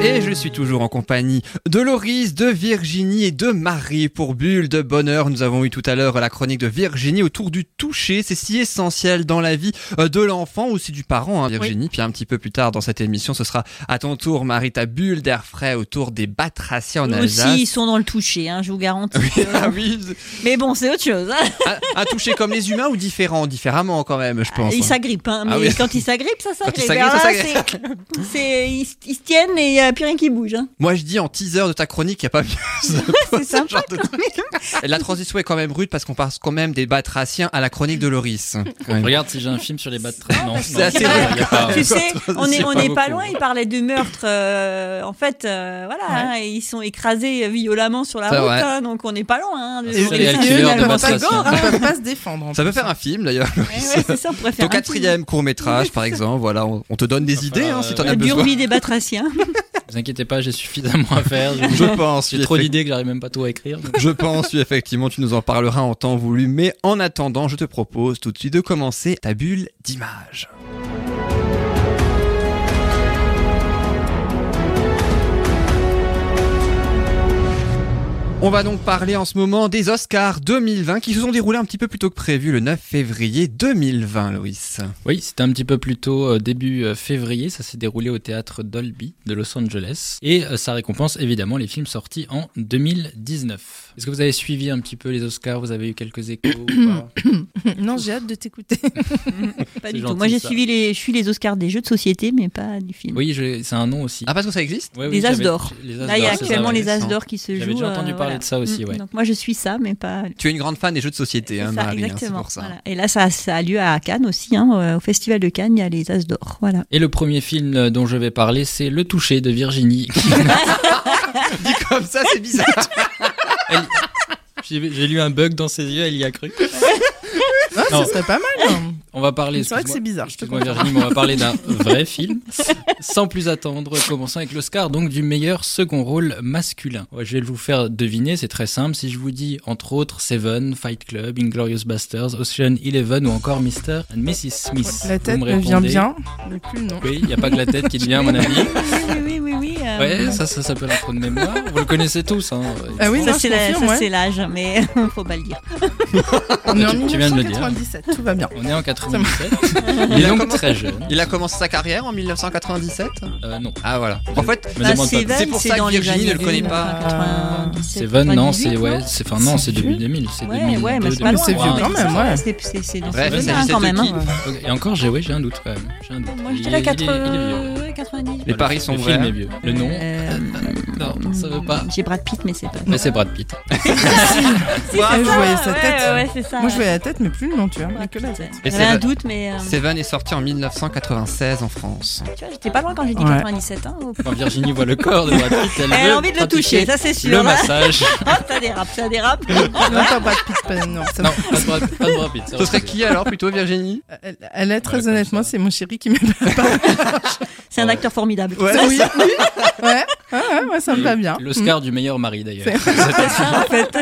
et je suis toujours en compagnie de Loris, de Virginie et de Marie pour Bulle de Bonheur. Nous avons eu tout à l'heure la chronique de Virginie autour du toucher. C'est si essentiel dans la vie euh, de l'enfant, aussi du parent, hein, Virginie. Puis un petit peu plus tard dans cette émission, ce sera à ton tour, Marie, ta bulle d'air frais autour des batraciens en Eux Alsace. aussi, ils sont dans le toucher, hein, je vous garantis. Ah oui, Mais bon, c'est autre chose. hein. un, un toucher comme les humains ou différent, différemment quand même, je pense. Ils s'agrippent, hein, mais Ah oui. quand ils s'agrippent, ça Quand ils s'agrippe. Alors s'agrippent, là, c'est- c'est- ils, se- ils se tiennent et il n'y a plus rien qui bouge. hein. Moi, je dis en teaser de ta chronique, il n'y a pas mieux. C'est sympa. genre de Et La transition est quand même rude parce qu'on passe quand même des batraciens à la chronique de Loris. Quand même. Regarde si j'ai un film sur les bas de train. Non, c'est non, assez y a vrai. pas- tu sais, on n'est c'est on pas est pas beaucoup. loin, ils parlaient de meurtre. euh, en fait, euh, voilà, hein, ils sont écrasés violemment sur la C'est route, vrai. hein, donc on n'est pas loin. hein, de- Et- de- et- de- et- de- et- de- et- de- et- peuvent de- pas, Mathias, se gor- hein. ils peuvent pas se défendre. en Ça peut plus. faire un film d'ailleurs. Ouais, ouais, c'est ça, on pourrait Ton faire un petit- quatrième court métrage, par exemple. Voilà, on, on te donne des Enfin, idées hein, euh, si t'en as Le besoin. Durby des Batraciens. Vous inquiétez pas, j'ai suffisamment à faire. J'ai- Je pense. J'ai oui, trop effectivement. d'idées que j'arrive même pas tout à écrire. donc. Je pense, oui, effectivement, tu nous en parleras en temps voulu. Mais en attendant, je te propose tout de suite de commencer ta bulle d'image. On va donc parler en ce moment des Oscars 2020 qui se sont déroulés un petit peu plus tôt que prévu le 9 février 2020, Loïs. Oui, c'était un petit peu plus tôt, euh, début euh, février. Ça s'est déroulé au théâtre Dolby de Los Angeles. Et euh, ça récompense évidemment les films sortis en 2019. Est-ce que vous avez suivi un petit peu les Oscars Vous avez eu quelques échos ou pas Non, j'ai hâte de t'écouter. Pas C'est du tout. gentil, Moi, j'ai ça. suivi les, je suis les Oscars des jeux de société, mais pas du film. Oui, je- c'est un nom aussi. Ah, parce que ça existe Ouais, oui, les As j'avais- d'or. les As Là, il y a d'or, c'est ça, actuellement ouais. les As d'or qui se jouent. J'avais déjà entendu euh, parler voilà. de ça aussi, Mm, ouais. Donc moi, je suis ça, mais pas. Tu es une grande fan des jeux de société, hein, ça, Marie, hein, c'est exactement. pour ça. voilà. Et là, ça, ça a lieu à Cannes aussi, hein, euh, au Festival de Cannes, il y a les As d'or. Voilà. Et le premier film euh, dont je vais parler, c'est Le Toucher de Virginie. Dit comme ça, c'est bizarre. J'ai j'ai lu un bug dans ses yeux, elle y a cru. Ah, Non. ça serait pas mal. hein. On va parler. C'est vrai que excuse-moi- c'est bizarre, je te Excuse-moi Virginie, mais on va parler d'un vrai film. Sans plus attendre, commençons avec l'Oscar, donc du meilleur second rôle masculin. Ouais, je vais vous faire deviner, c'est très simple. Si je vous dis, entre autres, Seven, Fight Club, Inglorious Basterds, Ocean Eleven ou encore Mr. and Mrs. Smith. La Vous tête me euh, me vient répondez. bien, Euh, le pull non. Oui, il n'y a pas que la tête qui devient, à mon avis. Oui, oui, oui, oui. oui, euh, Ouais, ça, ça s'appelle un trou de mémoire. Vous le connaissez tous, hein. Ah oui, Ça, non, c'est je la- confirme, ça, ouais. c'est l'âge, mais faut pas le dire. On est en Tu- tu viens de le dire. 1997, tout va bien. On est en 97. Il est donc très jeune. Il a commencé sa carrière en 1997 Euh, non. Ah voilà. En fait, Me Bah, demande pas. Seven, C'est pour ça que dans les Virginie ne le années connaît pas. 97, Seven, non, 98, c'est ouais, non c'est enfin non, C'est c'est début vieux. 2000, c'est Ouais, 2002, ouais, mais c'est pas 2003. loin. c'est vieux mais quand ça même, va, ouais. C'est c'est- c'est dans Bref, ces c'est eaux-là, Gisette quand même. Hockey. hein. Et encore, j'ai ouais, j'ai un doute quand même. J'ai un doute. Moi, j'étais Il là est- il est- il est vieux. 80, 90. Les paris sont le vrais. hein. film est vieux. Le nom Euh, Non, ça veut pas. J'ai Brad Pitt, mais c'est pas. Mais c'est Brad Pitt. Ah, je voyais sa ouais, tête. Ouais, ouais, c'est ça. Moi, je voyais la tête, mais plus le nom, tu vois. Brad Que Pitt, la ouais. tête. Et J'avais un Seven- doute, mais euh, Seven est sorti en 1996 en France. tu vois, j'étais pas loin quand j'ai dit hein. Oh, Ouais. 97 ans. Quand Virginie voit le corps de Brad Pitt, elle, Elle veut a envie de le pratiquer toucher, ça c'est Le sûr. là. massage. Ah, ça dérape, ça dérape. Non, pas Brad Pitt, pas- non. ça non, va. pas de Brad, pas de Brad Pitt. c'est Ce serait vrai. qui alors plutôt Virginie Elle, elle est Ouais, très comme honnêtement, ça. c'est mon chéri qui m'aime pas. C'est un acteur formidable. oui. ouais, ouais, ouais, moi, ça me va bien. L'Oscar du meilleur mari d'ailleurs. Mm. C'est ça, en fait.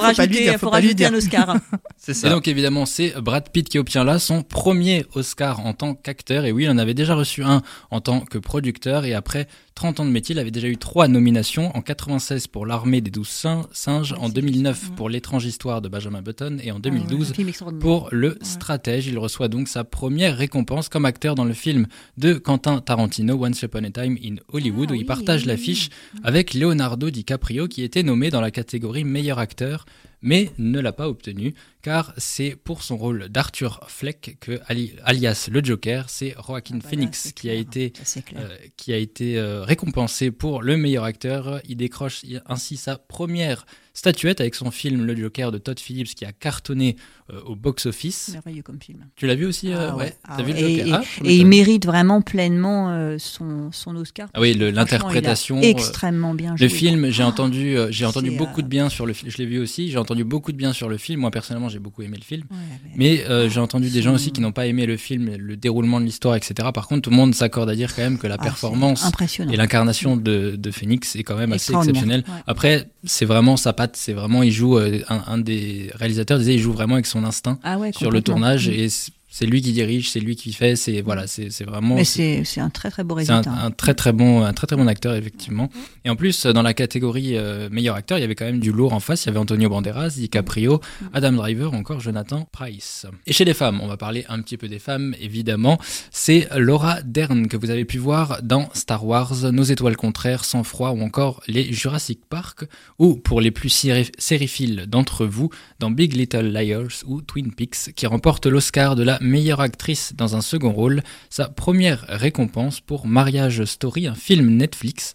Faut faut pas lui rajouter, dire, faut faut pas lui rajouter dire. un Oscar. C'est Et donc évidemment, c'est Brad Pitt qui obtient là son premier Oscar en tant qu'acteur. Et oui, il en avait déjà reçu un en tant que producteur. Et après 30 ans de métier, il avait déjà eu trois nominations en 96 pour L'Armée des Douze Sin- Singes, en 2009 pour L'étrange histoire de Benjamin Button et en 2012 Film extraordinaire. pour Le Stratège. Il reçoit donc sa première récompense comme acteur dans le film de Quentin Tarantino, Once Upon a Time in Hollywood, Ah où il oui, partage oui, l'affiche avec Leonardo DiCaprio, qui était nommé dans la catégorie meilleur acteur, mais ne l'a pas obtenu, car c'est pour son rôle d'Arthur Fleck que, ali- alias le Joker, c'est Joaquin Ah bah là, Phoenix c'est qui a clair. été Ça, c'est clair. euh, qui a été euh, récompensé pour le meilleur acteur. Il décroche ainsi sa première statuette avec son film Le Joker de Todd Phillips qui a cartonné euh, au box-office. Merveilleux comme film. Tu l'as vu aussi euh, Ah ouais, ouais, ah T'as vu ouais. le Et- Joker Ah, je Et il m'étonne. mérite vraiment pleinement euh, son, son Oscar. Ah oui, le- Franchement, il a l'interprétation. euh, Extrêmement bien joué. Le film, j'ai entendu, euh, j'ai entendu c'est, beaucoup euh, de bien sur le film. Je l'ai vu aussi. J'ai entendu beaucoup de bien sur le film. Moi personnellement, j'ai beaucoup aimé le film. Ouais, Ah, Mais euh, j'ai entendu des gens aussi Son- qui n'ont pas aimé le film, le déroulement de l'histoire, etc. Par contre, tout le monde s'accorde à dire quand même que la Ah, c'est performance Impressionnant. Et l'incarnation de, de Phoenix est quand même assez Extraordinaire, exceptionnelle. ouais. Après, c'est vraiment sa patte. C'est vraiment, il joue, euh, un, un des réalisateurs disait, il joue vraiment avec son instinct Ah ouais, sur le complètement. tournage Mm. et c- c'est lui qui dirige, c'est lui qui fait, c'est voilà, c'est c'est vraiment. Mais c'est c'est un très très beau C'est un, résultat. un très très bon, un très très bon acteur effectivement. Et en plus, dans la catégorie euh, meilleur acteur, il y avait quand même du lourd en face. Il y avait Antonio Banderas, DiCaprio, Adam Driver, ou encore Jonathan Price. Et chez les femmes, on va parler un petit peu des femmes évidemment. C'est Laura Dern que vous avez pu voir dans Star Wars, Nos étoiles contraires, Sans froid ou encore les Jurassic Park, ou pour les plus séri- sériphiles d'entre vous, dans Big Little Liars ou Twin Peaks, qui remporte l'Oscar de la meilleure actrice dans un second rôle sa première récompense pour Mariage Story, un film Netflix.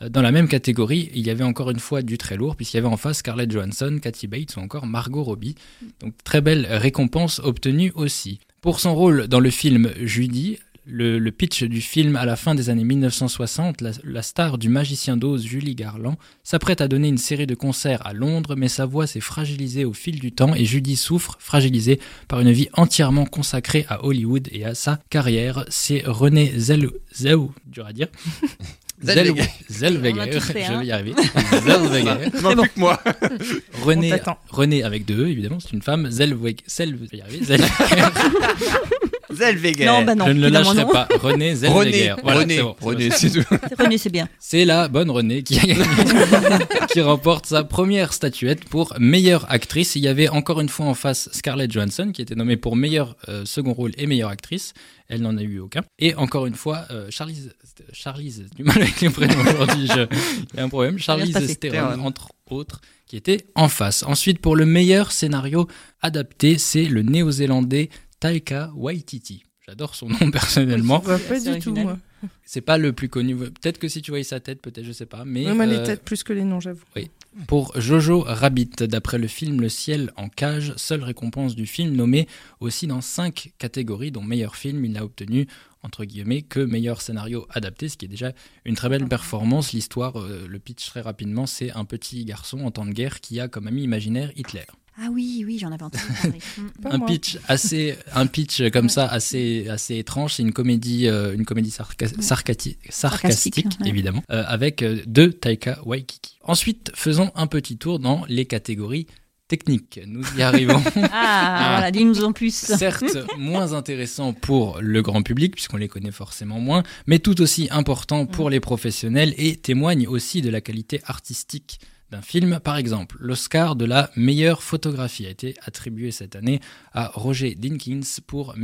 Euh, Dans la même catégorie, il y avait encore une fois du très lourd, puisqu'il y avait en face Scarlett Johansson, Cathy Bates ou encore Margot Robbie. Donc très belle récompense obtenue aussi. Pour son rôle dans le film Judy, le, le pitch du film à la fin des années 1960, la, la star du magicien d'Oz Julie Garland s'apprête à donner une série de concerts à Londres, mais sa voix s'est fragilisée au fil du temps et Judy souffre, fragilisée par une vie entièrement consacrée à Hollywood et à sa carrière. C'est René Zellou, Zellou- dur à dire. Zellweger. Zellweger, On a tout fait, je hein. vais y arriver. Zellweger. Non, plus que moi. On René, t'attend. René avec deux E, évidemment, c'est une femme. Zellweger, Zell- je vais y arriver, Zellweger. Zellweger. Non, bah non. je ne le évidemment lâcherai non. pas. René René, Zellweger. Voilà, René, c'est bon, c'est bon. René, c'est Ah, tout. René, c'est bien. C'est la bonne Renée qui, a gagné, qui remporte sa première statuette pour meilleure actrice. Il y avait encore une fois en face Scarlett Johansson qui était nommée pour meilleur euh, second rôle et meilleure actrice. Elle n'en a eu aucun. Et encore une fois, euh, Charlize, Charlize, du mal avec les prénoms aujourd'hui, je- il y a un problème. Charlize passer. Theron, entre autres, qui était en face. Ensuite, pour le meilleur scénario adapté, c'est le néo-zélandais Taika Waititi. J'adore son nom personnellement. Je vois pas C'est du tout, original. moi. C'est pas le plus connu. Peut-être que si tu voyais sa tête, peut-être, je sais pas. Mais Ouais, moi, les euh, têtes plus que les noms, j'avoue. pour Jojo Rabbit, d'après le film Le ciel en cage, seule récompense du film nommé aussi dans cinq catégories, dont meilleur film, il n'a obtenu entre guillemets que meilleur scénario adapté, ce qui est déjà une très belle performance. L'histoire, euh, le pitch très rapidement, c'est un petit garçon en temps de guerre qui a comme ami imaginaire Hitler. Ah oui, oui, j'en avais entendu parler. Mm. Pas un moi. pitch assez un pitch comme ça assez assez étrange c'est une comédie euh, une comédie sarca- sarcati- sarcastique, Sarcastique, ouais. évidemment euh, avec euh, deux Taika Waikiki ensuite faisons un petit tour dans les catégories techniques nous y arrivons Ah, voilà, dis-nous en plus. certes moins intéressant pour le grand public puisqu'on les connaît forcément moins, mais tout aussi important pour Mm. les professionnels et témoigne aussi de la qualité artistique d'un film. Par exemple, l'Oscar de la meilleure photographie a été attribué cette année à Roger Dinkins pour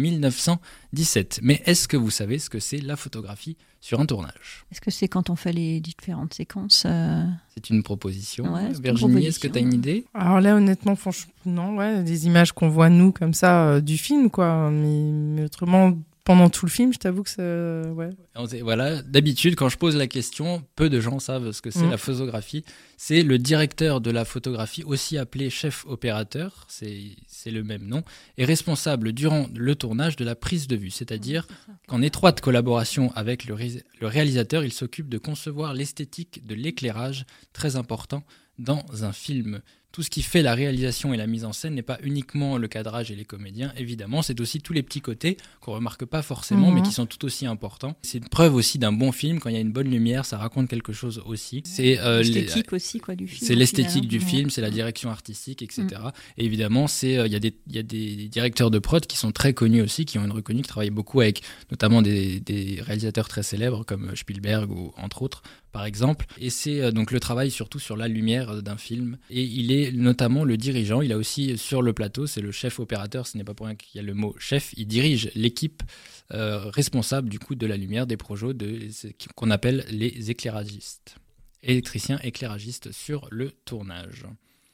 1917. Mais est-ce que vous savez ce que c'est la photographie sur un tournage Est-ce que c'est quand on fait les différentes séquences euh, C'est une proposition. Ouais, c'est une Virginie, est-ce que proposition. tu as une idée Alors là, honnêtement, franchement, non, ouais, des images qu'on voit nous comme ça euh, du film, quoi. Mais, mais autrement, pendant tout le film, je t'avoue que ça, ouais. On sait- Voilà, d'habitude, quand je pose la question, peu de gens savent ce que c'est Mm. la photographie. C'est le directeur de la photographie, aussi appelé chef opérateur, c'est c'est le même nom, est responsable durant le tournage de la prise de vue, c'est-à-dire qu'en étroite collaboration avec le, ré- le réalisateur, il s'occupe de concevoir l'esthétique de l'éclairage, très important dans un film. Tout ce qui fait la réalisation et la mise en scène n'est pas uniquement le cadrage et les comédiens, évidemment, c'est aussi tous les petits côtés qu'on remarque pas forcément, Mhm. mais qui sont tout aussi importants. C'est une preuve aussi d'un bon film, quand il y a une bonne lumière, ça raconte quelque chose aussi. C'est euh, les- L'esthétique aussi, quoi, du film. c'est au l'esthétique final, du hein. Mm. film, c'est la direction artistique, etc. Et évidemment, c'est euh, il y, a des- il y a des directeurs de prod qui sont très connus aussi, qui ont une reconnue, qui travaillent beaucoup avec notamment des, des réalisateurs très célèbres comme Spielberg ou entre autres, par exemple. Et c'est euh, donc le travail surtout sur la lumière euh, d'un film. Et il est notamment le dirigeant. Il a aussi euh, sur le plateau, c'est le chef opérateur. Ce n'est pas pour rien qu'il y a le mot chef. Il dirige l'équipe euh, responsable du coup de la lumière des projets de ce qu'on appelle les éclairagistes électricien éclairagiste sur le tournage.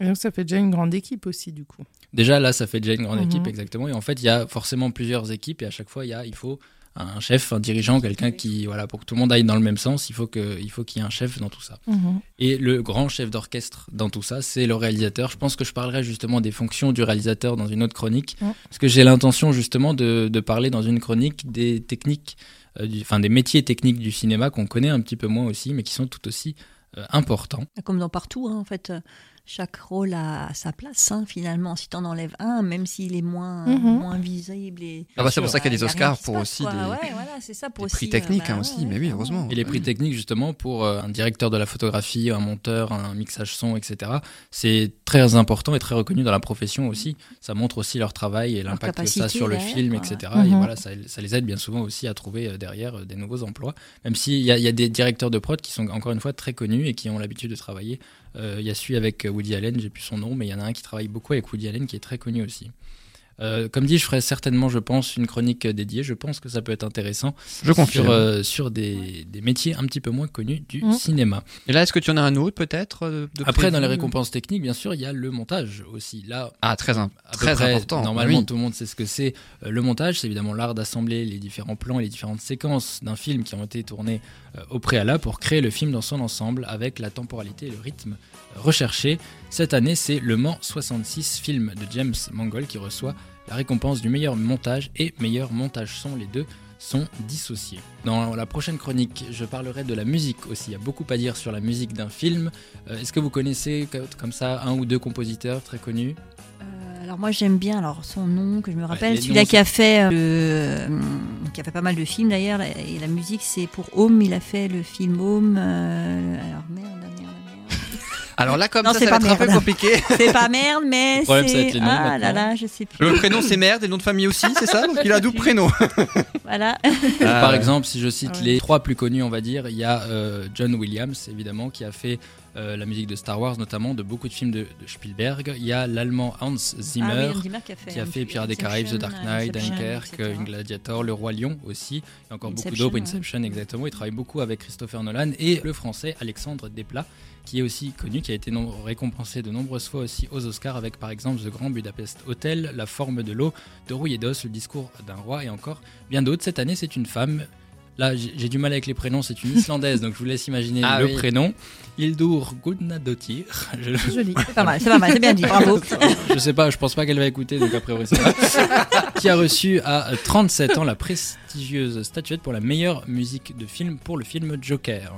Et donc ça fait déjà une grande équipe aussi, du coup. Déjà là, ça fait déjà une grande Mhm. équipe exactement. Et en fait, il y a forcément plusieurs équipes et à chaque fois, il y a, il faut un chef, un dirigeant, quelqu'un qui, voilà, pour que tout le monde aille dans le même sens, il faut que, il faut qu'il y ait un chef dans tout ça. Mhm. Et le grand chef d'orchestre dans tout ça, c'est le réalisateur. Je pense que je parlerai justement des fonctions du réalisateur dans une autre chronique, Ouais. parce que j'ai l'intention justement de, de parler dans une chronique des techniques, euh, du- enfin des métiers techniques du cinéma qu'on connaît un petit peu moins aussi, mais qui sont tout aussi euh, importants. Comme dans partout, hein, en fait. euh, chaque rôle a sa place hein, finalement. Si t'en enlèves un, même s'il est moins Mhm. moins visible et Ah bah, c'est pour ça qu'il y a des y rien Oscars qui se pour passe, aussi quoi. des- Ouais, voilà, c'est ça, pour Des prix aussi, euh, techniques bah, hein, aussi, ouais, mais oui, clairement. heureusement. Et les prix techniques, justement, pour euh, un directeur de la photographie, un monteur, un mixage son, etc., c'est très important et très reconnu dans la profession aussi. Ça montre aussi leur travail et l'impact que ça a capacité sur le derrière, film, ouais. etc. Et Mhm. voilà, ça, ça les aide bien souvent aussi à trouver euh, derrière euh, des nouveaux emplois. Même s'il y, a- il y a des directeurs de prod qui sont encore une fois très connus et qui ont l'habitude de travailler. Euh, Il y a celui avec euh, Woody Allen, j'ai plus son nom, mais il y en a un qui travaille beaucoup avec Woody Allen qui est très connu aussi. Euh, comme dit, je ferai certainement, je pense, une chronique euh, dédiée. Je pense que ça peut être intéressant Je confirme. sur, euh, sur des, des métiers un petit peu moins connus du Mhm. cinéma. Et là, est-ce que tu en as un autre peut-être euh, de Après, dans les prévu récompenses techniques, bien sûr, il y a le montage aussi. Là, Ah, très, im- à peu très près, important. Normalement, oui. tout le monde sait ce que c'est. Euh, le montage, c'est évidemment l'art d'assembler les différents plans et les différentes séquences d'un film qui ont été tournées euh, au préalable pour créer le film dans son ensemble avec la temporalité et le rythme euh, recherché. Cette année, c'est Le Mans 66, film de James Mangold qui reçoit la récompense du meilleur montage et meilleur montage son. Les deux sont dissociés. Dans la prochaine chronique, je parlerai de la musique aussi. Il y a beaucoup à dire sur la musique d'un film. Euh, Est-ce que vous connaissez co- comme ça un ou deux compositeurs très connus Euh, Alors moi j'aime bien alors son nom que je Bah, me rappelle, les celui-là noms, qui a fait euh, le- hum, qui a fait pas mal de films d'ailleurs et la musique c'est pour Home, il a fait le film Home. euh, alors merde, merde, merde. Alors là, comme Non, ça, c'est ça va pas être un peu merde. compliqué. C'est pas merde mais Le problème, ça va c'est être les noms, ah là maintenant. là je sais plus. Le prénom, c'est merde, et le nom de famille aussi, c'est ça Donc il a double prénom. Voilà. Euh, Par exemple, si je cite Ah ouais. les trois plus connus, on va dire, il y a euh, John Williams, évidemment, qui a fait euh, la musique de Star Wars, notamment de beaucoup de films de, de Spielberg. Il y a l'allemand Hans Zimmer, Ah oui, Hans Zimmer qui a fait, qui a euh, fait Pirates des Inception, Caraïbes, The Dark Knight, Inception, Dunkerque, etc. Une Gladiator, Le Roi Lion aussi, et encore beaucoup Inception, d'autres, ouais. Inception exactement. Il travaille beaucoup avec Christopher Nolan et le français Alexandre Desplat, qui est aussi connu, qui a été nom- récompensé de nombreuses fois aussi aux Oscars avec par exemple The Grand Budapest Hotel, La forme de l'eau, De Rouille et d'Os, Le discours d'un roi et encore bien d'autres. Cette année, c'est une femme. Là, j'ai j'ai du mal avec les prénoms, c'est une Islandaise, donc je vous laisse imaginer Ah le oui. prénom. Hildur Gunnadottir. Je- Joli. C'est pas mal, c'est pas mal, c'est bien dit, bravo. je sais pas, je pense pas qu'elle va écouter, donc a priori ça va. qui a reçu à 37 ans la prestigieuse statuette pour la meilleure musique de film pour le film Joker.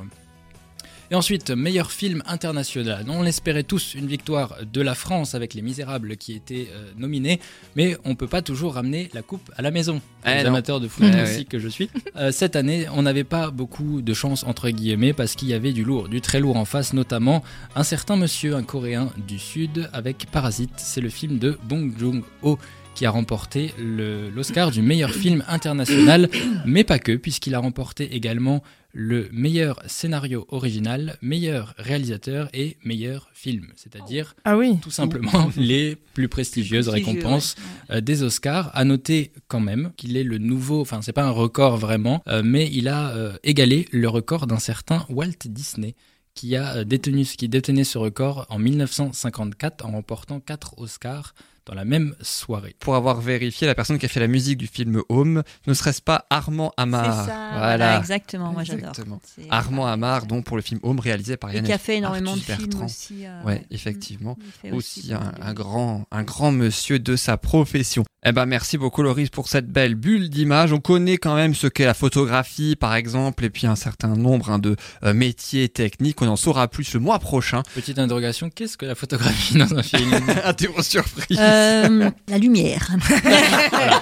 Et ensuite, meilleur film international. On espérait tous une victoire de la France avec Les Misérables qui étaient euh, nominés, mais on peut pas toujours ramener la coupe à la maison. Eh les non. amateurs de foot Eh aussi Mm. que je suis. Euh, cette année, on n'avait pas beaucoup de chance entre guillemets parce qu'il y avait du lourd, du très lourd en face, notamment un certain monsieur, un Coréen du Sud, avec Parasite. C'est le film de Bong Joon-ho qui a remporté le- l'Oscar du meilleur film international, mais pas que, puisqu'il a remporté également le meilleur scénario original, meilleur réalisateur et meilleur film, c'est-à-dire Ah oui. tout simplement les plus prestigieuses récompenses euh, des Oscars. À noter quand même qu'il est le nouveau, enfin c'est pas un record vraiment, euh, mais il a euh, égalé le record d'un certain Walt Disney qui a euh, détenu, qui détenait ce record en 1954 en remportant quatre Oscars dans la même soirée. Pour avoir vérifié, la personne qui a fait la musique du film Home, ne serait-ce pas Armand C'est Ah, Amar ça, voilà, Voilà. exactement, moi j'adore. Exactement. C'est- euh, Armand Amar, donc pour le film Home, réalisé par et Yann qui a fait énormément de Arthus films Bertrand. aussi. euh, Ouais, effectivement. Il fait aussi beaucoup un, de- un grand, un grand monsieur de sa profession. Eh ben merci beaucoup Loris pour cette belle bulle d'image. On connaît quand même ce qu'est la photographie par exemple et puis un certain nombre hein, de euh, métiers techniques. On en saura plus le mois prochain. Petite interrogation, qu'est-ce que la photographie dans un film Interro surprise. Euh, la lumière.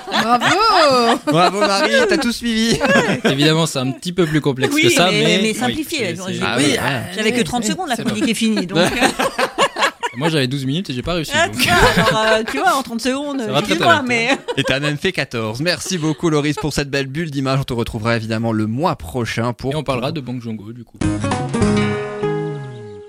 Bravo Bravo Marie, t'as tout suivi. Évidemment, c'est un petit peu plus complexe Oui, que ça, mais- mais, mais oui, simplifié, c'est- donc c'est- j'ai- Ah oui, ouais. J'avais que 30 secondes, la chronique est finie. Donc, euh, Moi, j'avais 12 minutes et j'ai pas réussi. Ah, donc. tu vois, alors, euh, tu vois, en 30 secondes, Ça va très, très excuse-moi, vite, hein. mais Et t'as même fait 14. Merci beaucoup Loris pour cette belle bulle d'image. On te retrouvera évidemment le mois prochain pour Et on parlera de Bang Jongo du coup.